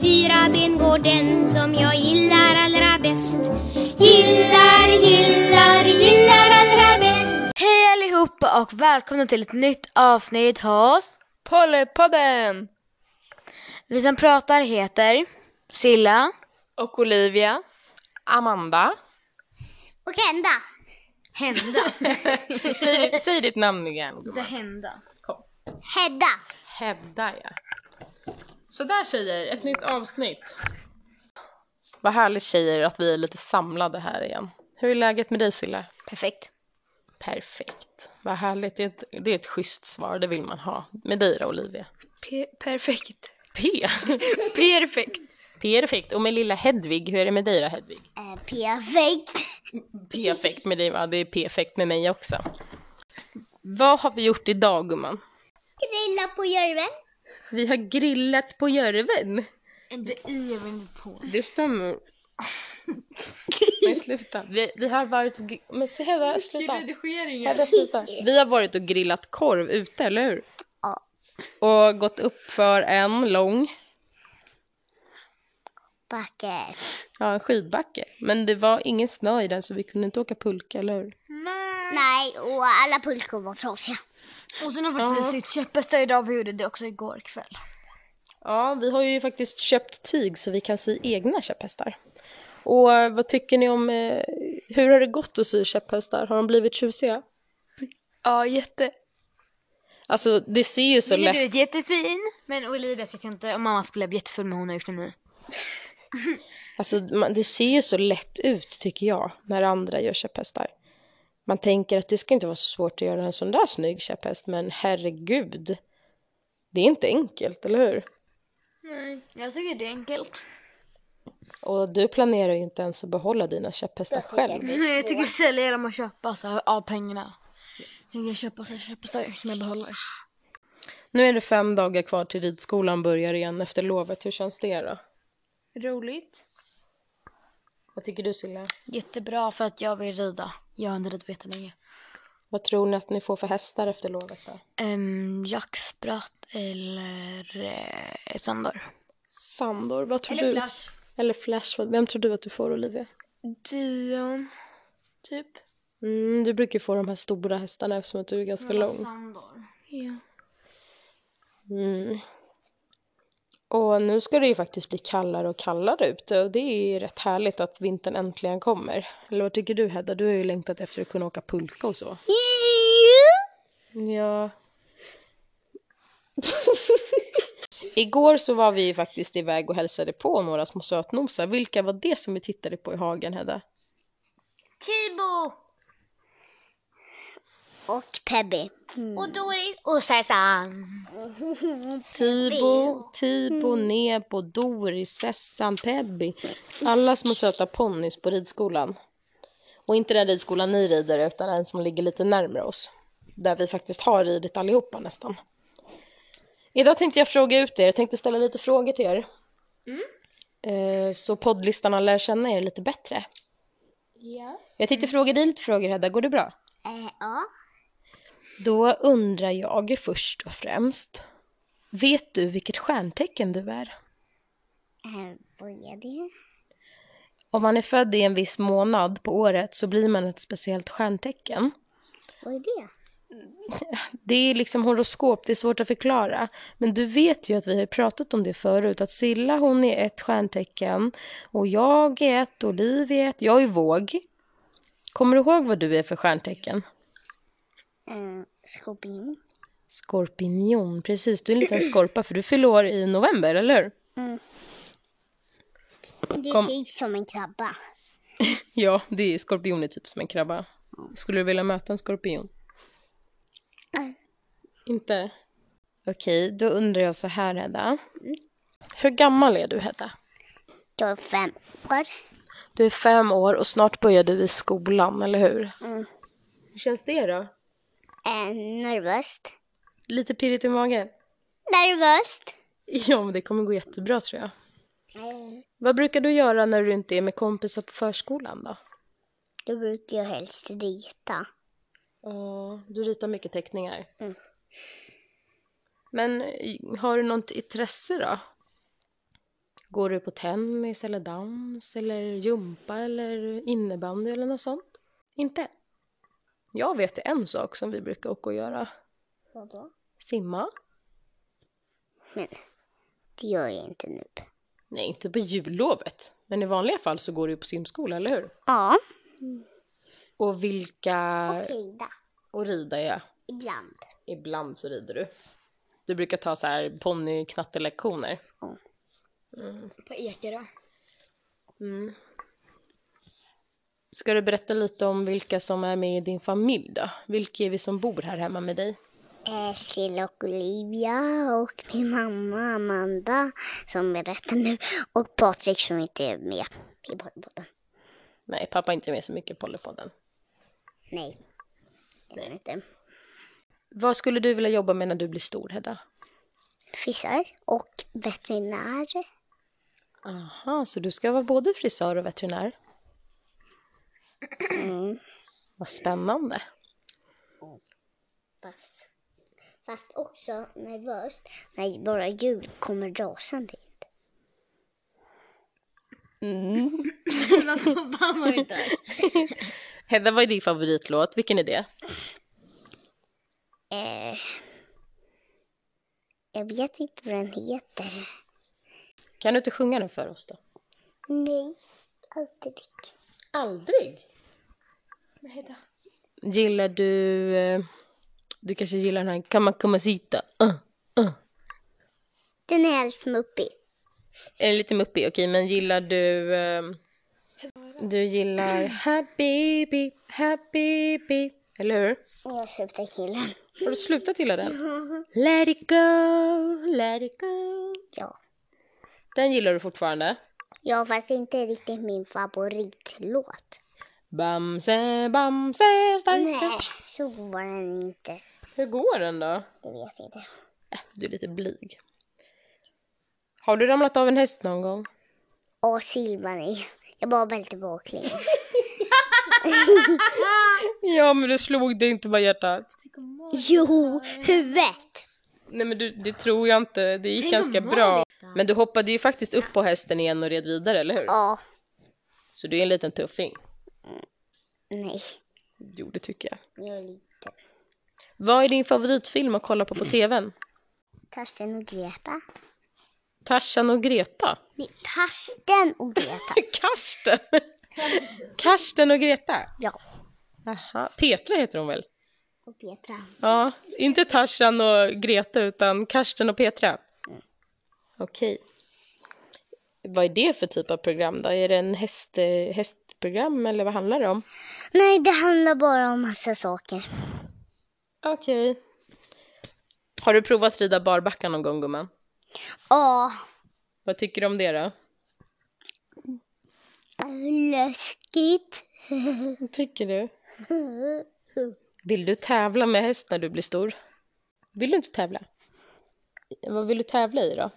fyra ben går den som jag gillar allra bäst. Gillar, gillar, gillar allra bäst. Hej allihopa och välkomna till ett nytt avsnitt hos Pollypodden! Vi som pratar heter Silla Och Olivia. Amanda. Och hända. Hända. Säg, ditt- säg ditt namn igen. Så gumman. hända. Hedda. Hedda ja. Sådär tjejer, ett nytt avsnitt. Vad härligt tjejer att vi är lite samlade här igen. Hur är läget med dig Silla? Perfekt. Perfekt. Vad härligt, det är ett, det är ett schysst svar, det vill man ha. Med dig då Olivia? perfekt. P. Perfekt. Perfekt. Och med lilla Hedvig, hur är det med dig då Hedvig? Eh, perfekt. Perfekt med dig, ja det är perfekt med mig också. Vad har vi gjort idag gumman? Grilla på Jörven. Vi har grillat på Jörven. Det är inte på. Det stämmer. Men sluta. Vi, vi har varit och... gri- Men se Hedda, sluta. Hedda, sluta. Vi har varit och grillat korv ute, eller hur? Ja. Och gått upp för en lång Backe. ja, en skidbacke. Men det var ingen snö i den så vi kunde inte åka pulka, eller hur? Nej, och alla pulkor var trasiga. Och sen har faktiskt vi sytt käpphästar idag. Vi gjorde det också igår kväll. Ja, vi har ju faktiskt köpt tyg så vi kan sy egna käpphästar. Och eh, vad tycker ni om... Eh, hur har det gått att sy käpphästar? Har de blivit tjusiga? Ja, jätte. Alltså, det ser ju så Min har lätt... blivit jättefin. Men Olivia vet jag inte. Och mammas blev jättefull men hon har gjort en ny. Alltså, man, det ser ju så lätt ut, tycker jag, när andra gör käpphästar. Man tänker att det ska inte vara så svårt att göra en sån där snygg käpphäst, men herregud. Det är inte enkelt, eller hur? Nej. Jag tycker det är enkelt. Och du planerar ju inte ens att behålla dina käpphästar själv. Nej, jag tycker sälja dem och köpa så här, av pengarna. Jag tänker köpa så här käpphästar som jag behåller. Nu är det fem dagar kvar till ridskolan börjar igen efter lovet. Hur känns det då? Roligt. Vad tycker du, Silla? Jättebra för att jag vill rida. Jag har inte ridit på jättelänge. Vad tror ni att ni får för hästar efter lovet då? Um, jackspratt eller eh, sandor. Sandor, vad tror du? flash. Eller Flash. vad- Vem tror du att du får, Olivia? Dion, typ. Mm, du brukar ju få de här stora hästarna eftersom att du är ganska lång. Sandor. Ja. Mm. Och nu ska det ju faktiskt bli kallare och kallare ute och det är ju rätt härligt att vintern äntligen kommer. Eller vad tycker du Hedda? Du har ju längtat efter att kunna åka pulka och så. Ja. Igår så var vi ju faktiskt iväg och hälsade på några små sötnosar. Vilka var det som vi tittade på i hagen Hedda? Tibo. Och Mm. Pebby. Och Doris. Och Sessan. Tibo, Tibo, Nebo, Doris, Sessan, Pebby. Alla små söta ponnys på ridskolan. Och inte den ridskolan ni rider utan en som ligger lite närmare oss. Där vi faktiskt har ridit allihopa nästan. Idag tänkte jag fråga ut er, jag tänkte ställa lite frågor till er. Eh, Så poddlyssnarna lär känna er lite bättre. Jag tänkte fråga dig lite frågor Hedda, går det bra? Eh, ja. Då undrar jag först och främst. Vet du vilket stjärntecken du är? Eh, vad är det? Om man är född i en viss månad på året så blir man ett speciellt stjärntecken. Vad är det? Det är liksom horoskop, det är svårt att förklara. Men du vet ju att vi har pratat om det förut, att Silla hon är ett stjärntecken och jag är ett, och Liv är ett, jag är våg. Kommer du ihåg vad du är för stjärntecken? Eh, Skorpion. Skorpion, precis. Du är en liten skorpa för du fyller år i november, eller hur? Mm. Det är Kom. typ som en krabba. Ja, det är skorpion är typ som en krabba. Skulle du vilja möta en skorpion? Mm. Inte? Okej, då undrar jag så här Hedda. Mm. Hur gammal är du Hedda? Då är fem år. Du är fem år och snart börjar du i skolan, eller hur? Mm. Hur känns det då? Eh, nervöst. Lite pirrigt i magen? Nervöst. Ja, men det kommer gå jättebra tror jag. Eh, Vad brukar du göra när du inte är med kompisar på förskolan då? då brukar jag helst rita. Ja, du ritar mycket teckningar. Mm. Men eh, har du något intresse då? Går du på tennis eller dans eller jumpa eller innebandy eller något sånt? Inte? Jag vet en sak som vi brukar åka och göra. Vadå? Simma? Men det gör jag inte nu. Nej, inte på jullovet. Men i vanliga fall så går du ju på simskola, eller hur? Ja. Och vilka... Och rida. Och rida, ja. Ibland. Ibland så rider du. Du brukar ta så här ponnyknattelektioner. Ja. Mm. På Ekerö. Mm. Ska du berätta lite om vilka som är med i din familj då? Vilka är vi som bor här hemma med dig? Eh, Silla och Olivia och min mamma Amanda som berättar nu. Och Patrik som inte är med i Bollpodden. Nej, pappa är inte med så mycket på Ollepodden. Nej. Det är han inte. Vad skulle du vilja jobba med när du blir stor, Hedda? Frisör och veterinär. Aha, så du ska vara både frisör och veterinär? Mm. Vad spännande. Fast, fast också nervöst när våra djur kommer rasande in. Pappa var ju där. Hedda, vad är din favoritlåt? Vilken är det? Eh, jag vet inte vad den heter. Kan du inte sjunga den för oss då? Nej, aldrig. Aldrig? Men Hedda. Gillar du... eh, Du kanske gillar den här Kamakamasita? Uh, uh. Den är helt smuppig. Eller lite muppig, okej, men gillar du... ehm, du gillar Habibi, Habibi, eller hur? Jag slutar gilla den. Har du slutat gilla den? Let it go, let it go. Ja. Den gillar du fortfarande? ja, fast det är inte riktigt min favoritlåt. Bamse, Bamse, Nej, starka. så var den inte. Hur går den då? Det vet jag inte. Äh, du är lite blyg. Har du ramlat av en häst någon gång? Och Silvani. Jag bara välte baklänges. Ja, men du slog det inte bara hjärtat. jo, huvudet! Nej, men du, det tror jag inte. Det gick ganska bra. Men du hoppade ju faktiskt upp på hästen igen och red vidare, eller hur? Ja, Så du är en liten tuffing. nej. Jo, det tycker jag. Jag är liten. Vad är din favoritfilm att kolla på på tvn? Karsten och Greta. Tarzan och Greta? Nej, Karsten och Greta. Karsten! Karsten och Greta? Ja, Aha. Petra heter hon väl? och Petra. Ja, inte Tarzan och Greta utan Karsten och Petra. Okej. Vad är det för typ av program då? Är det en häst, eh, hästprogram eller vad handlar det om? Nej, det handlar bara om massa saker. Okej. Har du provat rida barbacka någon gång gumman? Ja, Vad tycker du om det då? läskigt. Tycker du? Vill du tävla med häst när du blir stor? Vill du inte tävla? Vad vill du tävla i då?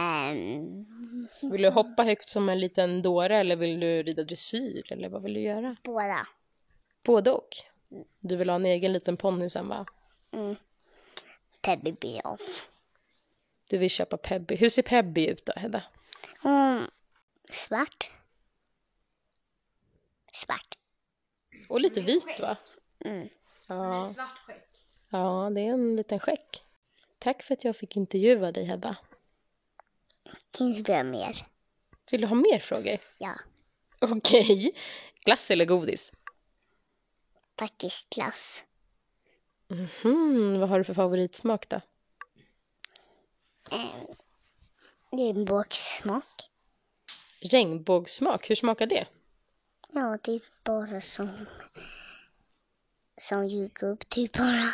Ehm, Vill du hoppa högt som en liten dåre eller vill du rida dressyr eller vad vill du göra? båda. Både och. Du vill ha en egen liten ponny sen va? Mm. Pebby blir av. Du vill köpa Pebby. Hur ser Pebby ut då Hedda? Mm. Svart. Svart. Och lite vit va? Mm. Ja. ja, det är en liten skäck. Tack för att jag fick intervjua dig Hedda. Kan vi göra mer? Vill du ha mer frågor? Ja, Okej. Glass eller godis? faktiskt glass. Mhm, vad har du för favoritsmak då? Ehm, Regnbågssmak. Regnbågssmak, hur smakar det? Ja, det är bara som... Som jordgubb, typ bara.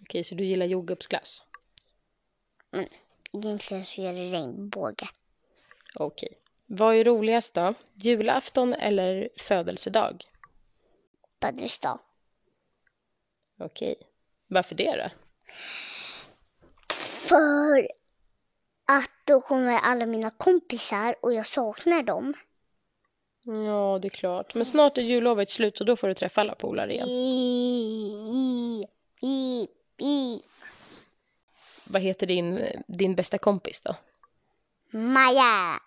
Okej, så du gillar jordgubbsglass? Egentligen så är det regnbåge. Okej. Vad är roligast då? Julafton eller födelsedag? Badrestad. Okej. Varför det då? För att då kommer alla mina kompisar och jag saknar dem. Ja, det är klart. Men snart är jullovet slut och då får du träffa alla polare igen. I, i, i. eh, Vad heter din, din bästa kompis då? Maja.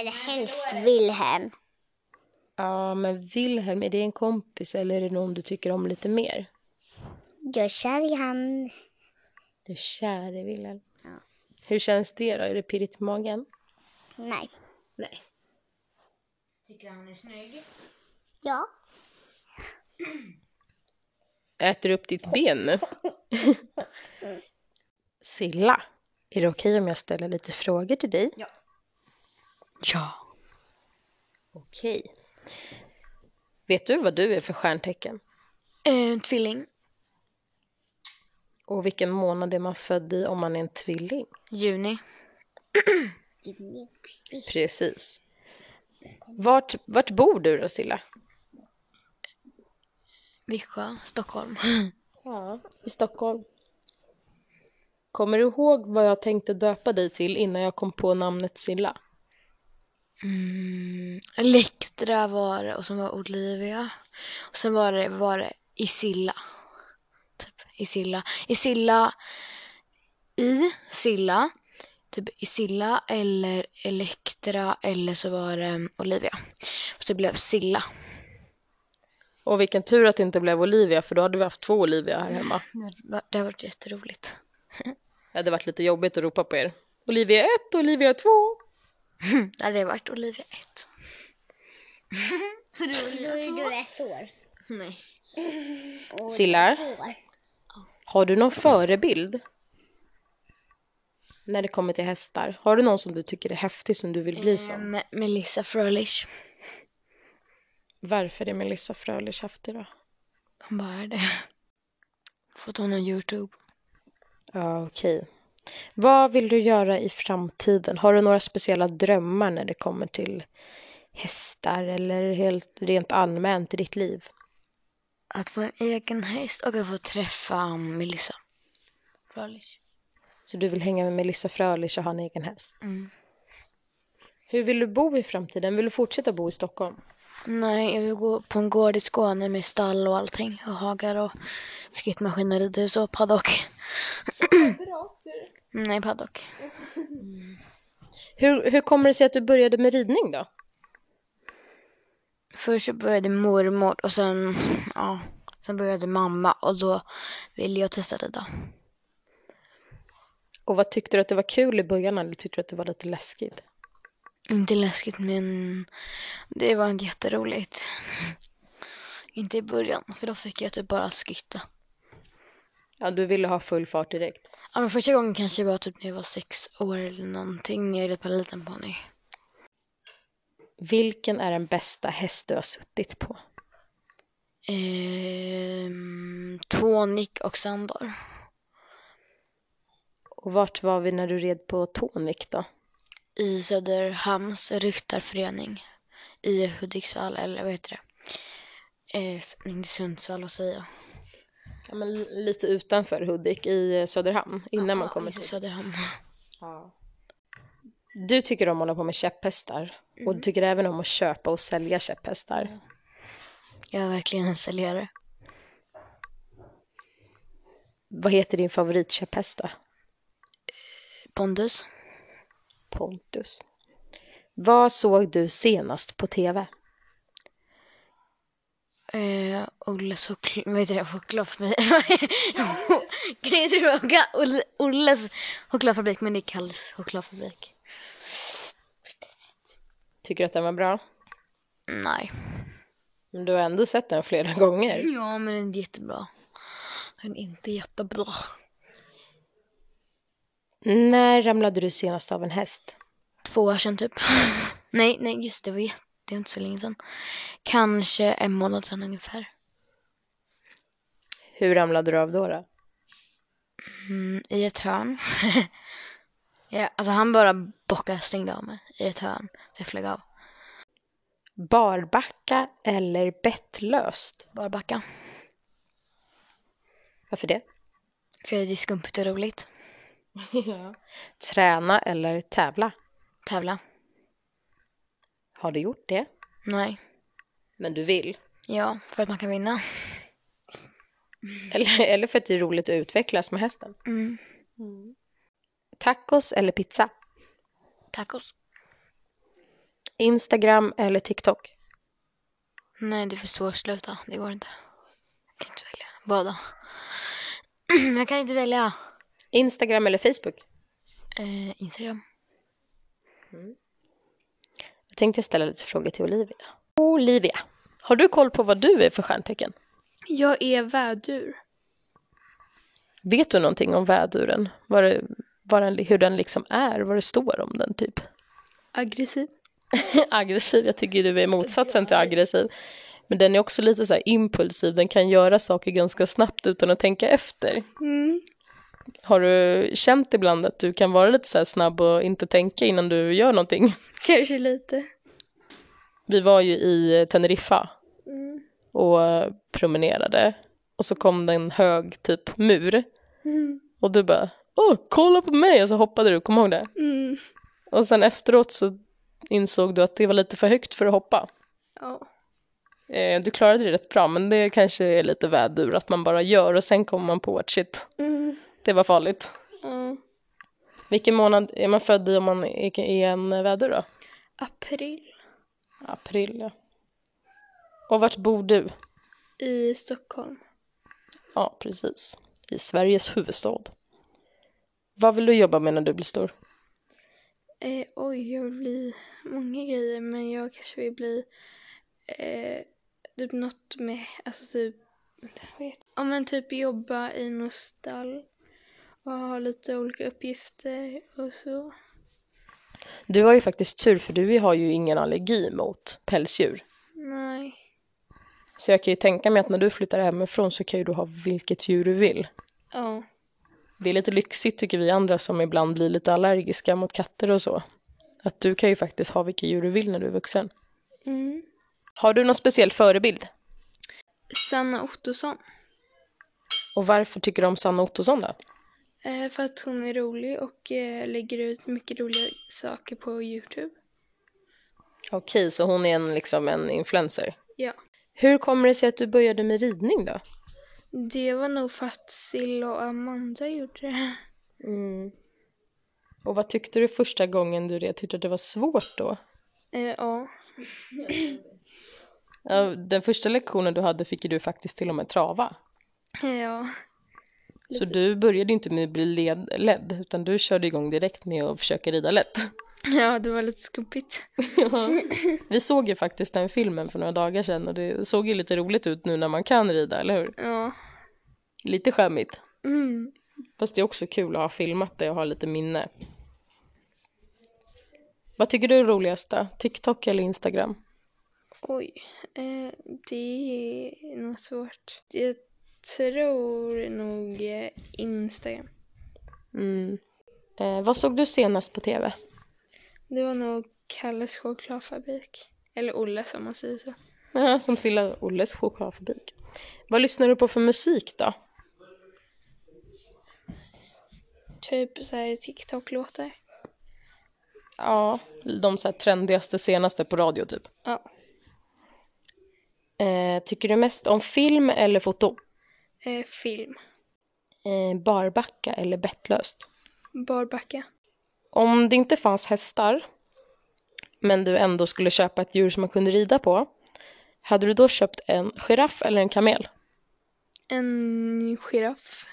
Eller helst Wilhelm. Ja, men Wilhelm, är det en kompis eller är det någon du tycker om lite mer? Jag är kär i han. Du är kär i Wilhelm. Ja. Hur känns det då? Är det pirrigt i magen? Nej. Nej. Tycker han är snygg? Ja. Äter du upp ditt ben nu? Silla, är det okej om jag ställer lite frågor till dig? Ja. Ja. Okej. Vet du vad du är för stjärntecken? Eh, tvilling. Och vilken månad är man född i om man är en tvilling? Juni. Precis. Vart, vart bor du då Silla? Viksjö. Stockholm. Ja, i Stockholm. Kommer du ihåg vad jag tänkte döpa dig till innan jag kom på namnet Silla? Mm, Elektra var det och sen var Olivia. Och sen var det, var det Isilla. Typ Isilla. Isilla i Silla. Typ Isilla eller Elektra eller så var det mm, Olivia. Och så blev Silla. Och vilken tur att det inte blev Olivia för då hade vi haft två Olivia här hemma. Det var- Det har varit jätteroligt. Det hade varit lite jobbigt att ropa på er. Olivia 1 och Olivia 2. Det hade varit Olivia 1. Då är du ett år. Nej. Och Silla? två år. Har du någon förebild? När det kommer till hästar. Har du någon som du tycker är häftig som du vill bli som? Ehm, Melissa Froelich. Varför är Melissa Frölich häftig då? Hon bara är det. Fått hon en Youtube. Ja, okej. Vad vill du göra i framtiden? Har du några speciella drömmar när det kommer till hästar eller helt rent allmänt i ditt liv? Att få en egen häst och att få träffa um, Melissa. Froelich. Så du vill hänga med Melissa Frölich och ha en egen häst? Mm. Hur vill du bo i framtiden? Vill du fortsätta bo i Stockholm? Nej, jag vill gå på en gård i Skåne med stall och allting. Och hagar och skrittmaskin och ridhus och paddock. Nej, paddock. Hur, hur kommer det sig att du började med ridning då? Först så började mormor och sen, ja, sen började mamma och då ville jag testa rida. Och vad tyckte du att det var kul i början eller tyckte du att det var lite läskigt? Inte läskigt men det var inte jätteroligt. inte i början för då fick jag typ bara skritta. Ja, du ville ha full fart direkt. Ja men första gången kanske var typ när jag var sex år eller någonting. Jag red på en liten ponny. Vilken är den bästa häst du har suttit på? Ehm, tonic och Sandor. Och vart var vi när du red på Tonic då? I Söderhamns ryttarförening. I Hudiksvall eller vad heter det? Eh, s- inte Sundsvall vad säger jag? Ja, men li- lite utanför Hudik i eh, Söderhamn innan man kommer Ja, i till. Söderhamn. Du tycker om att hålla på med käpphästar och du tycker även om att köpa och sälja käpphästar. Jag är verkligen en säljare. Vad heter din favoritkäpphäst då? Pondus. Pontus. Vad såg du senast på TV? Eh, Olles choklad... Vad heter det? Chokladfabrik? Kan jag fråga? Olle- Olles chokladfabrik, men det kallas chokladfabrik. Tycker du att den var bra? Nej. Men du har ändå sett den flera gånger. Ja, men den är jättebra. Den är inte jättebra. När ramlade du senast av en häst? Två år sedan typ. Nej, nej, just det. Det var jätte... Det var inte så länge sedan. Kanske en månad sedan ungefär. Hur ramlade du av då? då? Mm, I ett hörn. ja, alltså han bara bockade, slängde av mig i ett hörn. Så jag flög av. Barbacka eller bettlöst? Bara backa. Varför det? För det är skumpigt och roligt. Träna eller tävla? Tävla. Har du gjort det? Nej. Men du vill? Ja, för att man kan vinna. Eller, eller för att det är roligt att utvecklas med hästen? Mm. Tacos eller pizza? Tacos. Instagram eller TikTok? Nej, det är för svårsluta. Det går inte. Jag kan inte välja. Båda. Jag kan inte välja. Instagram eller Facebook? Eh, Instagram. Jag tänkte ställa lite frågor till Olivia. Olivia, har du koll på vad du är för stjärntecken? Jag är vädur. Vet du någonting om väduren? Vad det, vad den, hur den liksom är? Vad det står om den typ? Aggressiv. aggressiv, jag tycker du är motsatsen till aggressiv. Men den är också lite så här impulsiv, den kan göra saker ganska snabbt utan att tänka efter. Mm. Har du känt ibland att du kan vara lite så här snabb och inte tänka innan du gör någonting? Kanske lite. Vi var ju i Teneriffa Mm. och eh, promenerade och så kom det en hög typ mur Mm. och du bara åh kolla på mig och så hoppade du, kommer ihåg det? Mm. Och sen efteråt så insåg du att det var lite för högt för att hoppa. Ja. Eh, Du klarade det rätt bra men det kanske är lite vädur att man bara gör och sen kommer man på att shit, Mm. det var farligt. Ja. Vilken månad är man född i om man är är en vädur då? April April ja. Och vart bor du? i Stockholm. Ja, precis. I Sveriges huvudstad. Vad vill du jobba med när du blir stor? Eh, oj, jag vill bli många grejer men jag kanske vill bli eh, typ något med, alltså typ, jag vet Ja men typ jobba i något stall och ha lite olika uppgifter och så. Du har ju faktiskt tur för du har ju ingen allergi mot pälsdjur. Nej. Så jag kan ju tänka mig att när du flyttar hemifrån så kan ju du ha vilket djur du vill. Ja. Det är lite lyxigt tycker vi andra som ibland blir lite allergiska mot katter och så. Att du kan ju faktiskt ha vilka djur du vill när du är vuxen. Mm. Har du någon speciell förebild? Sanna Ottosson. Och varför tycker du om Sanna Ottosson då? Eh, för att hon är rolig och eh, lägger ut mycket roliga saker på Youtube. Okej, så hon är en, liksom en influencer. Ja. Hur kommer det sig att du började med ridning då? Det var nog för att Silla och Amanda gjorde det. Mm. Och vad tyckte du första gången du red? Tyckte du att det var svårt då? Eh, ja. Ja, den första lektionen du hade fick ju du faktiskt till och med trava. Eh, Ja. Så du började ju inte med att bli led, ledd, utan du körde igång direkt med att försöka rida lätt. Ja, det var lite skumpigt. Vi såg ju faktiskt den filmen för några dagar sedan och det såg ju lite roligt ut nu när man kan rida, eller hur? Ja. Lite skämmigt. Mm. Fast det är också kul att ha filmat det och ha lite minne. Vad tycker du är roligast då? TikTok eller Instagram? Oj. Eh, det är nog svårt. Jag tror nog eh, Instagram. Mm. Eh, vad såg du senast på TV? Det var nog Kalles chokladfabrik. Eller Olles om man säger så. Ja, som Silla Olles chokladfabrik. Vad lyssnar du på för musik då? Typ så här TikTok-låtar. Ja, de så här trendigaste senaste på radio typ. Ja. Eh, tycker du mest om film eller foto? Eh, film. Eh, barbacka eller bettlöst? Barbacka. Om det inte fanns hästar, men du ändå skulle köpa ett djur som man kunde rida på, hade du då köpt en giraff eller en kamel? En giraff.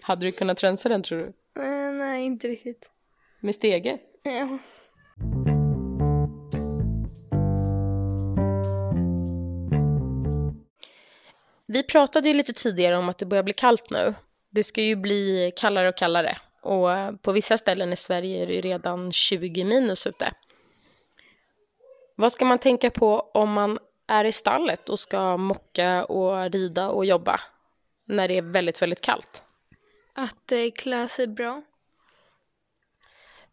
Hade du kunnat tränsa den tror du? Eh, nej, inte riktigt. Med stege? Ja. Vi pratade ju lite tidigare om att det börjar bli kallt nu. Det ska ju bli kallare och kallare. Och eh, på vissa ställen i Sverige är det ju redan 20 minus ute. Vad ska man tänka på om man är i stallet och ska mocka och rida och jobba när det är väldigt, väldigt kallt? Att eh, klä sig bra.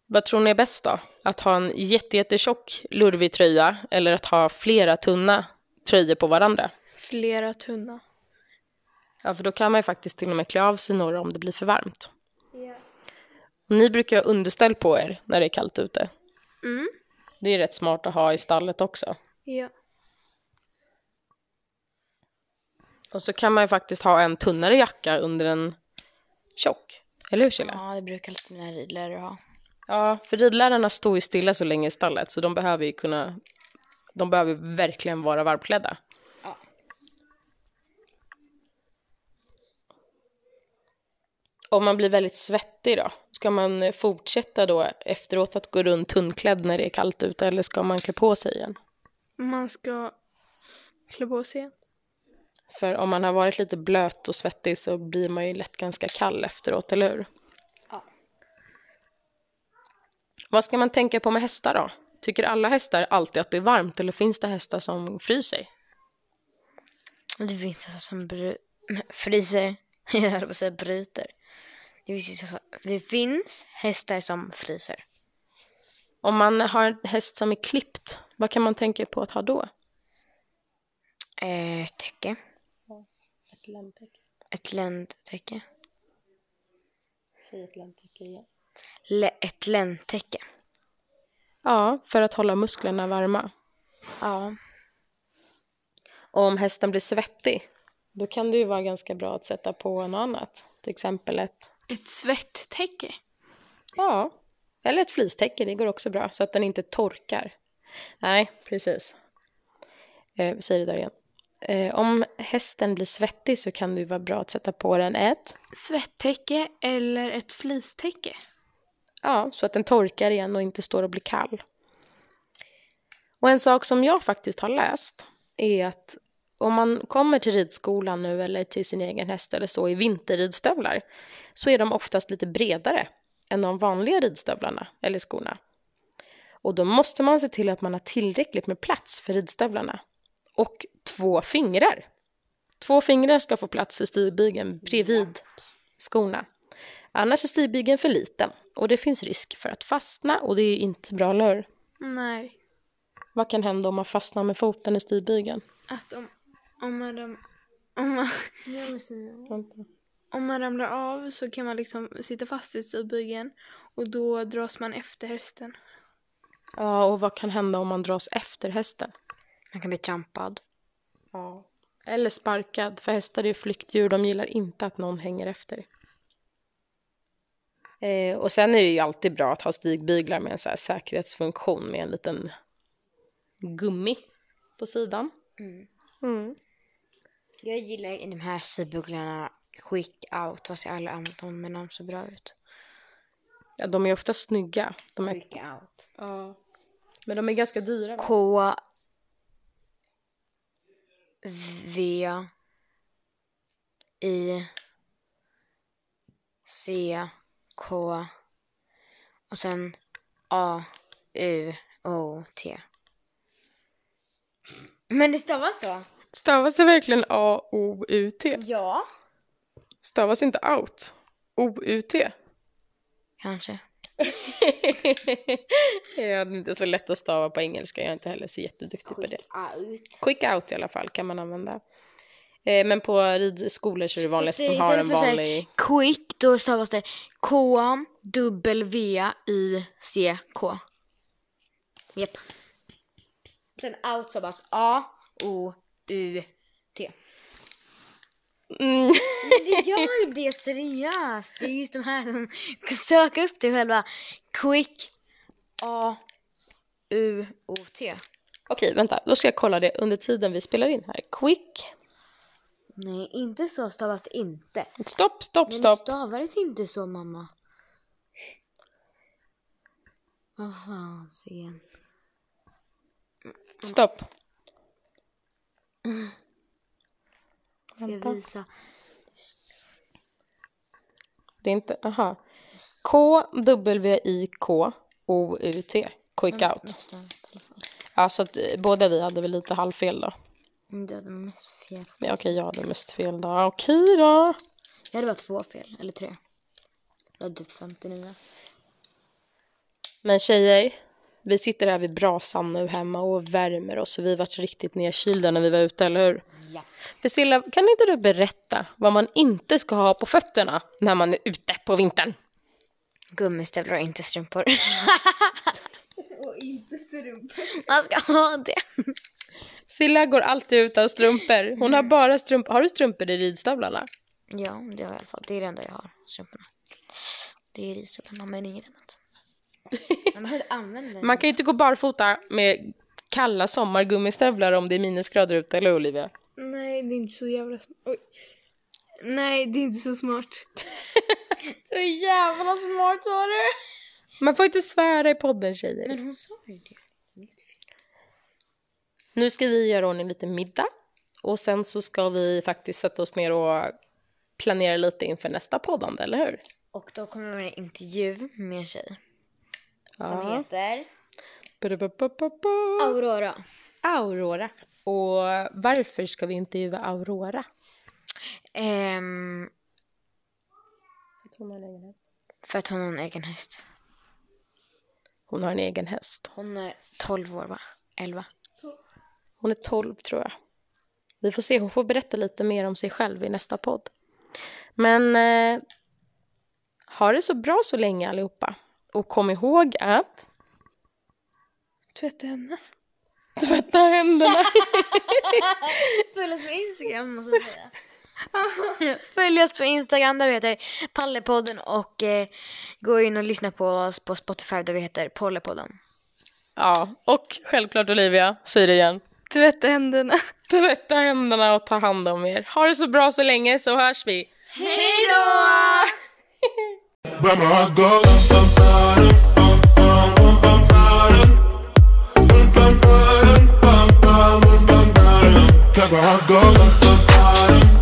Vad tror ni är bäst då? Att ha en jätte, jättetjock lurvig tröja eller att ha flera tunna tröjor på varandra? Flera tunna. Ja, för då kan man ju faktiskt till och med klä av sig några om det blir för varmt. Ni brukar ha underställ på er när det är kallt ute. Mm. Det är ju rätt smart att ha i stallet också. Ja. Och så kan man ju faktiskt ha en tunnare jacka under en tjock. Eller hur Cilla? Ja, det brukar lite mina ridlärare ha. Ja, för ridlärarna står ju stilla så länge i stallet så de behöver ju kunna, de behöver verkligen vara varmklädda. Om man blir väldigt svettig då, ska man fortsätta då efteråt att gå runt tunnklädd när det är kallt ute eller ska man klä på sig igen? Man ska klä på sig igen. För om man har varit lite blöt och svettig så blir man ju lätt ganska kall efteråt, eller hur? Ja. Vad ska man tänka på med hästar då? Tycker alla hästar alltid att det är varmt eller finns det hästar som fryser? Det finns alltså som bry- fryser. Jag höll på att säga bryter. Det finns, alltså, det finns hästar som fryser. Om man har en häst som är klippt, vad kan man tänka på att ha då? Eh, täcke. Ett ländtäcke. Ett ländtäcke. Säg ett ländtäcke igen. Le- ett ländtäcke. Ja, för att hålla musklerna varma. Ja. Och om hästen blir svettig, då kan det ju vara ganska bra att sätta på något annat. Till exempel ett, Ett svetttäcke. ja, eller ett fleecetäcke, det går också bra, så att den inte torkar. Nej, precis. Eh, vi säger det där igen. Eh, om hästen blir svettig så kan det ju vara bra att sätta på den ett, Svetttäcke eller ett flistäcke. ja, så att den torkar igen och inte står och blir kall. Och en sak som jag faktiskt har läst är att om man kommer till ridskolan nu eller till sin egen häst eller så i vinterridstövlar så är de oftast lite bredare än de vanliga ridstövlarna eller skorna. Och då måste man se till att man har tillräckligt med plats för ridstövlarna. Och två fingrar. Två fingrar ska få plats i stigbygeln bredvid skorna. Annars är stigbygeln för liten och det finns risk för att fastna och det är ju inte bra, eller hur? Nej, Vad kan hända om man fastnar med foten i stigbygeln? att om, om man ram, om man, om man ramlar av så kan man liksom sitta fast i stubbygeln och då dras man efter hästen. Ja, och vad kan hända om man dras efter hästen? Man kan bli trampad. Ja. Eller sparkad, för hästar är ju flyktdjur, de gillar inte att någon hänger efter. Eh, och sen är det ju alltid bra att ha stigbyglar med en så här säkerhetsfunktion med en liten gummi på sidan. Mm. Mm. Jag gillar i de här sidbugglarna quick out. Vad ser alla andra med namn så bra ut? Ja, de är ofta snygga. De är, Quick out. ja. Men de är ganska dyra. va? K. V. I. C. K. Och sen A. U. O. T. Men det stavas så? Stavas det verkligen A-O-U-T? Ja. Stavas inte out? O-U-T? Kanske. jag hade inte så lätt att stava på engelska, jag är inte heller så jätteduktig på det. ut. Quick out i alla fall kan man använda. Eh, men på ridskolor så är det vanligast att de Precis, har eller en för sig- vanlig... Quick, då stavas det K. W. I. C. K. Japp. Sen out stavas A. O. U. T. Mm. Det gör ju det seriöst. Det är just de här som söker upp det själva. Quick. A. U. O. T. Okej, vänta. Då ska jag kolla det under tiden vi spelar in här. Quick. Nej, inte så stavas det inte. Stopp, stopp, Men du stopp. stavades inte så mamma. Vad fan, Siggen. Stopp. Ska Vänta. jag visa? Det är inte... Aha. K-W-I-K-O-U-T. Quick out. Ja, så att eh, båda vi hade väl lite halvfel då. Mm, Du hade mest fel. Ja, okej, jag hade mest fel då. Okej då. Jag hade bara två fel, eller tre. Jag hade typ 59. Men tjejer, vi sitter här vid brasan nu hemma och värmer oss. För vi varit riktigt nedkylda när vi var ute, eller hur? Ja. Priscilla, kan inte du berätta vad man inte ska ha på fötterna när man är ute på vintern? Gummistövlar och inte strumpor. och inte strumpor. Man ska ha det. Silla går alltid utan strumpor. Hon har bara strumpor. Har du strumpor i ridstövlarna? Ja, det har jag i alla fall. Det är det enda jag har. Strumporna. Det är risstövlarna, men inget annat. Man behöver inte använda den. Man kan ju inte gå barfota med kalla sommargummistövlar om det är minusgrader ute, eller hur, Olivia? Nej, det är inte så jävla smart. Oj. Nej, det är inte så smart. så jävla smart sa du. Man får inte svära i podden, tjejer. Men hon sa ju det. Nu ska vi göra ordning lite middag och sen så ska vi faktiskt sätta oss ner och planera lite inför nästa poddande, eller hur? Och då kommer man en intervju med en tjej. Som Ja. heter Ba-da-ba-ba-ba-ba. Aurora. Aurora. Och varför ska vi intervjua Aurora? Ehm, för att hon har en egen häst. Hon har en egen häst. Hon är 12 år va? 11. Hon är 12 tror jag. Vi får se, hon får berätta lite mer om sig själv i nästa podd. Men eh, ha det så bra så länge allihopa. Och kom ihåg att Tvätta henne. tvätta händerna. Följ typ oss på Instagram måste jag säga. Följ oss på Instagram där vi heter Pallepodden och eh, gå in och lyssna på oss på Spotify där vi heter Pollepodden. ja, och självklart Olivia, säger det igen. Tvätta händerna. Tvätta händerna och ta hand om er. Ha det så bra så länge så hörs vi. Vamos a go. Cause my heart goes.